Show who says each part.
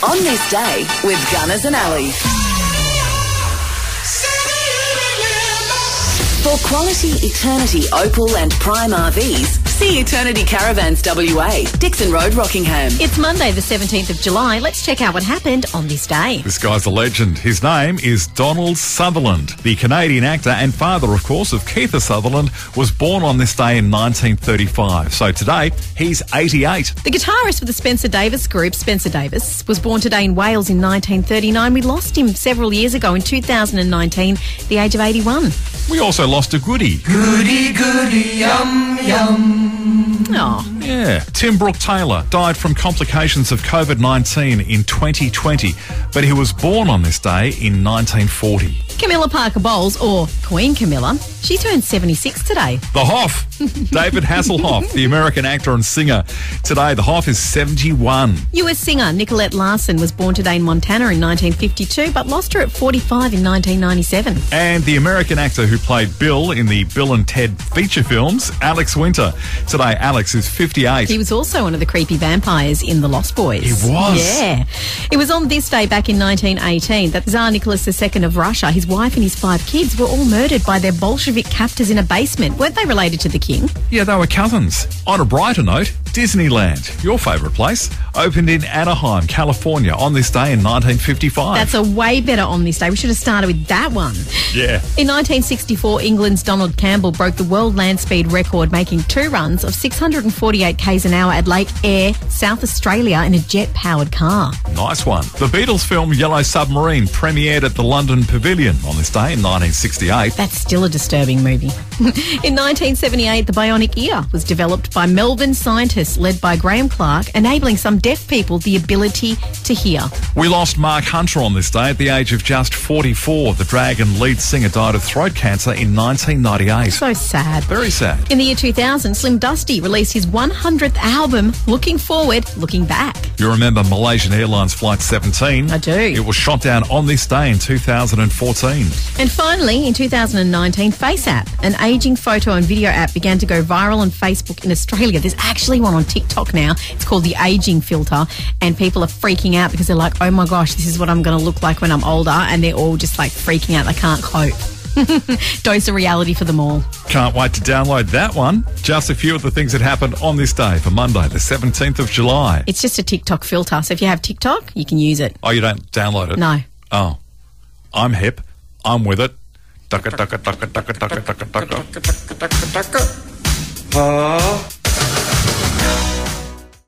Speaker 1: on this day with Gunners and Alley. For quality Eternity Opal and Prime RVs, see Eternity Caravans WA, Dixon Road, Rockingham.
Speaker 2: It's Monday, the 17th of July. Let's check out what happened on this day.
Speaker 3: This guy's a legend. His name is Donald Sutherland. The Canadian actor and father, of course, of Keitha Sutherland was born on this day in 1935. So today, he's 88.
Speaker 2: The guitarist for the Spencer Davis group, Spencer Davis, was born today in Wales in 1939. We lost him several years ago in 2019, the age of 81.
Speaker 3: We also lost a goodie.
Speaker 2: Oh,
Speaker 3: Yeah. Tim Brooke Taylor died from complications of COVID 19 in 2020, but he was born on this day in 1940.
Speaker 2: Camilla Parker Bowles, or Queen Camilla, she turned 76 today.
Speaker 3: The Hoff, David Hasselhoff, the American actor and singer. Today, the Hoff is 71.
Speaker 2: US singer Nicolette Larson was born today in Montana in 1952, but lost her at 45 in 1997.
Speaker 3: And the American actor who played Bill in the Bill and Ted feature films, Alex Winter. Today, Alex is 58.
Speaker 2: He was also one of the creepy vampires in The Lost Boys.
Speaker 3: He was?
Speaker 2: Yeah. It was on this day back in 1918 that Tsar Nicholas II of Russia, his wife and his five kids were all murdered by their Bolshevik captors in a basement. Weren't they related to the king?
Speaker 3: yeah, they were cousins. On a brighter note, Disneyland, your favourite place, opened in Anaheim, California on this day in 1955.
Speaker 2: That's a way better on this day. We should have started with that one.
Speaker 3: Yeah.
Speaker 2: In 1964, England's Donald Campbell broke the world land speed record, making two runs of 648 k's an hour at Lake Eyre, South Australia, in a jet powered car.
Speaker 3: Nice one. The Beatles film Yellow Submarine premiered at the London Pavilion on this day in 1968.
Speaker 2: That's still a disturbing movie. In 1978, the bionic ear was developed by Melbourne scientists led by Graham Clark, enabling some deaf people the ability to hear.
Speaker 3: We lost Mark Hunter on this day at the age of just 44. The Dragon lead singer died of throat cancer in 1998.
Speaker 2: So sad.
Speaker 3: Very sad.
Speaker 2: In the year 2000, Slim Dusty released his 100th album, Looking Forward, Looking Back.
Speaker 3: You remember Malaysian Airlines Flight 17?
Speaker 2: I do.
Speaker 3: It was shot down on this day in 2014.
Speaker 2: And finally, in 2019, FaceApp, an aging photo and video app, began to go viral on Facebook in Australia. There's actually one on TikTok now. It's called the aging filter, and people are freaking out because they're like, "Oh my gosh, this is what I'm going to look like when I'm older," and they're all just like freaking out. They can't cope. Dose of reality for them all.
Speaker 3: Can't wait to download that one. Just a few of the things that happened on this day for Monday, the 17th of July.
Speaker 2: It's just a TikTok filter. So if you have TikTok, you can use it.
Speaker 3: Oh, you don't download it?
Speaker 2: No.
Speaker 3: Oh. I'm hip. I'm with it. Ducka, ducka, ducka, ducka, ducka, ducka, ducka.
Speaker 4: Huh?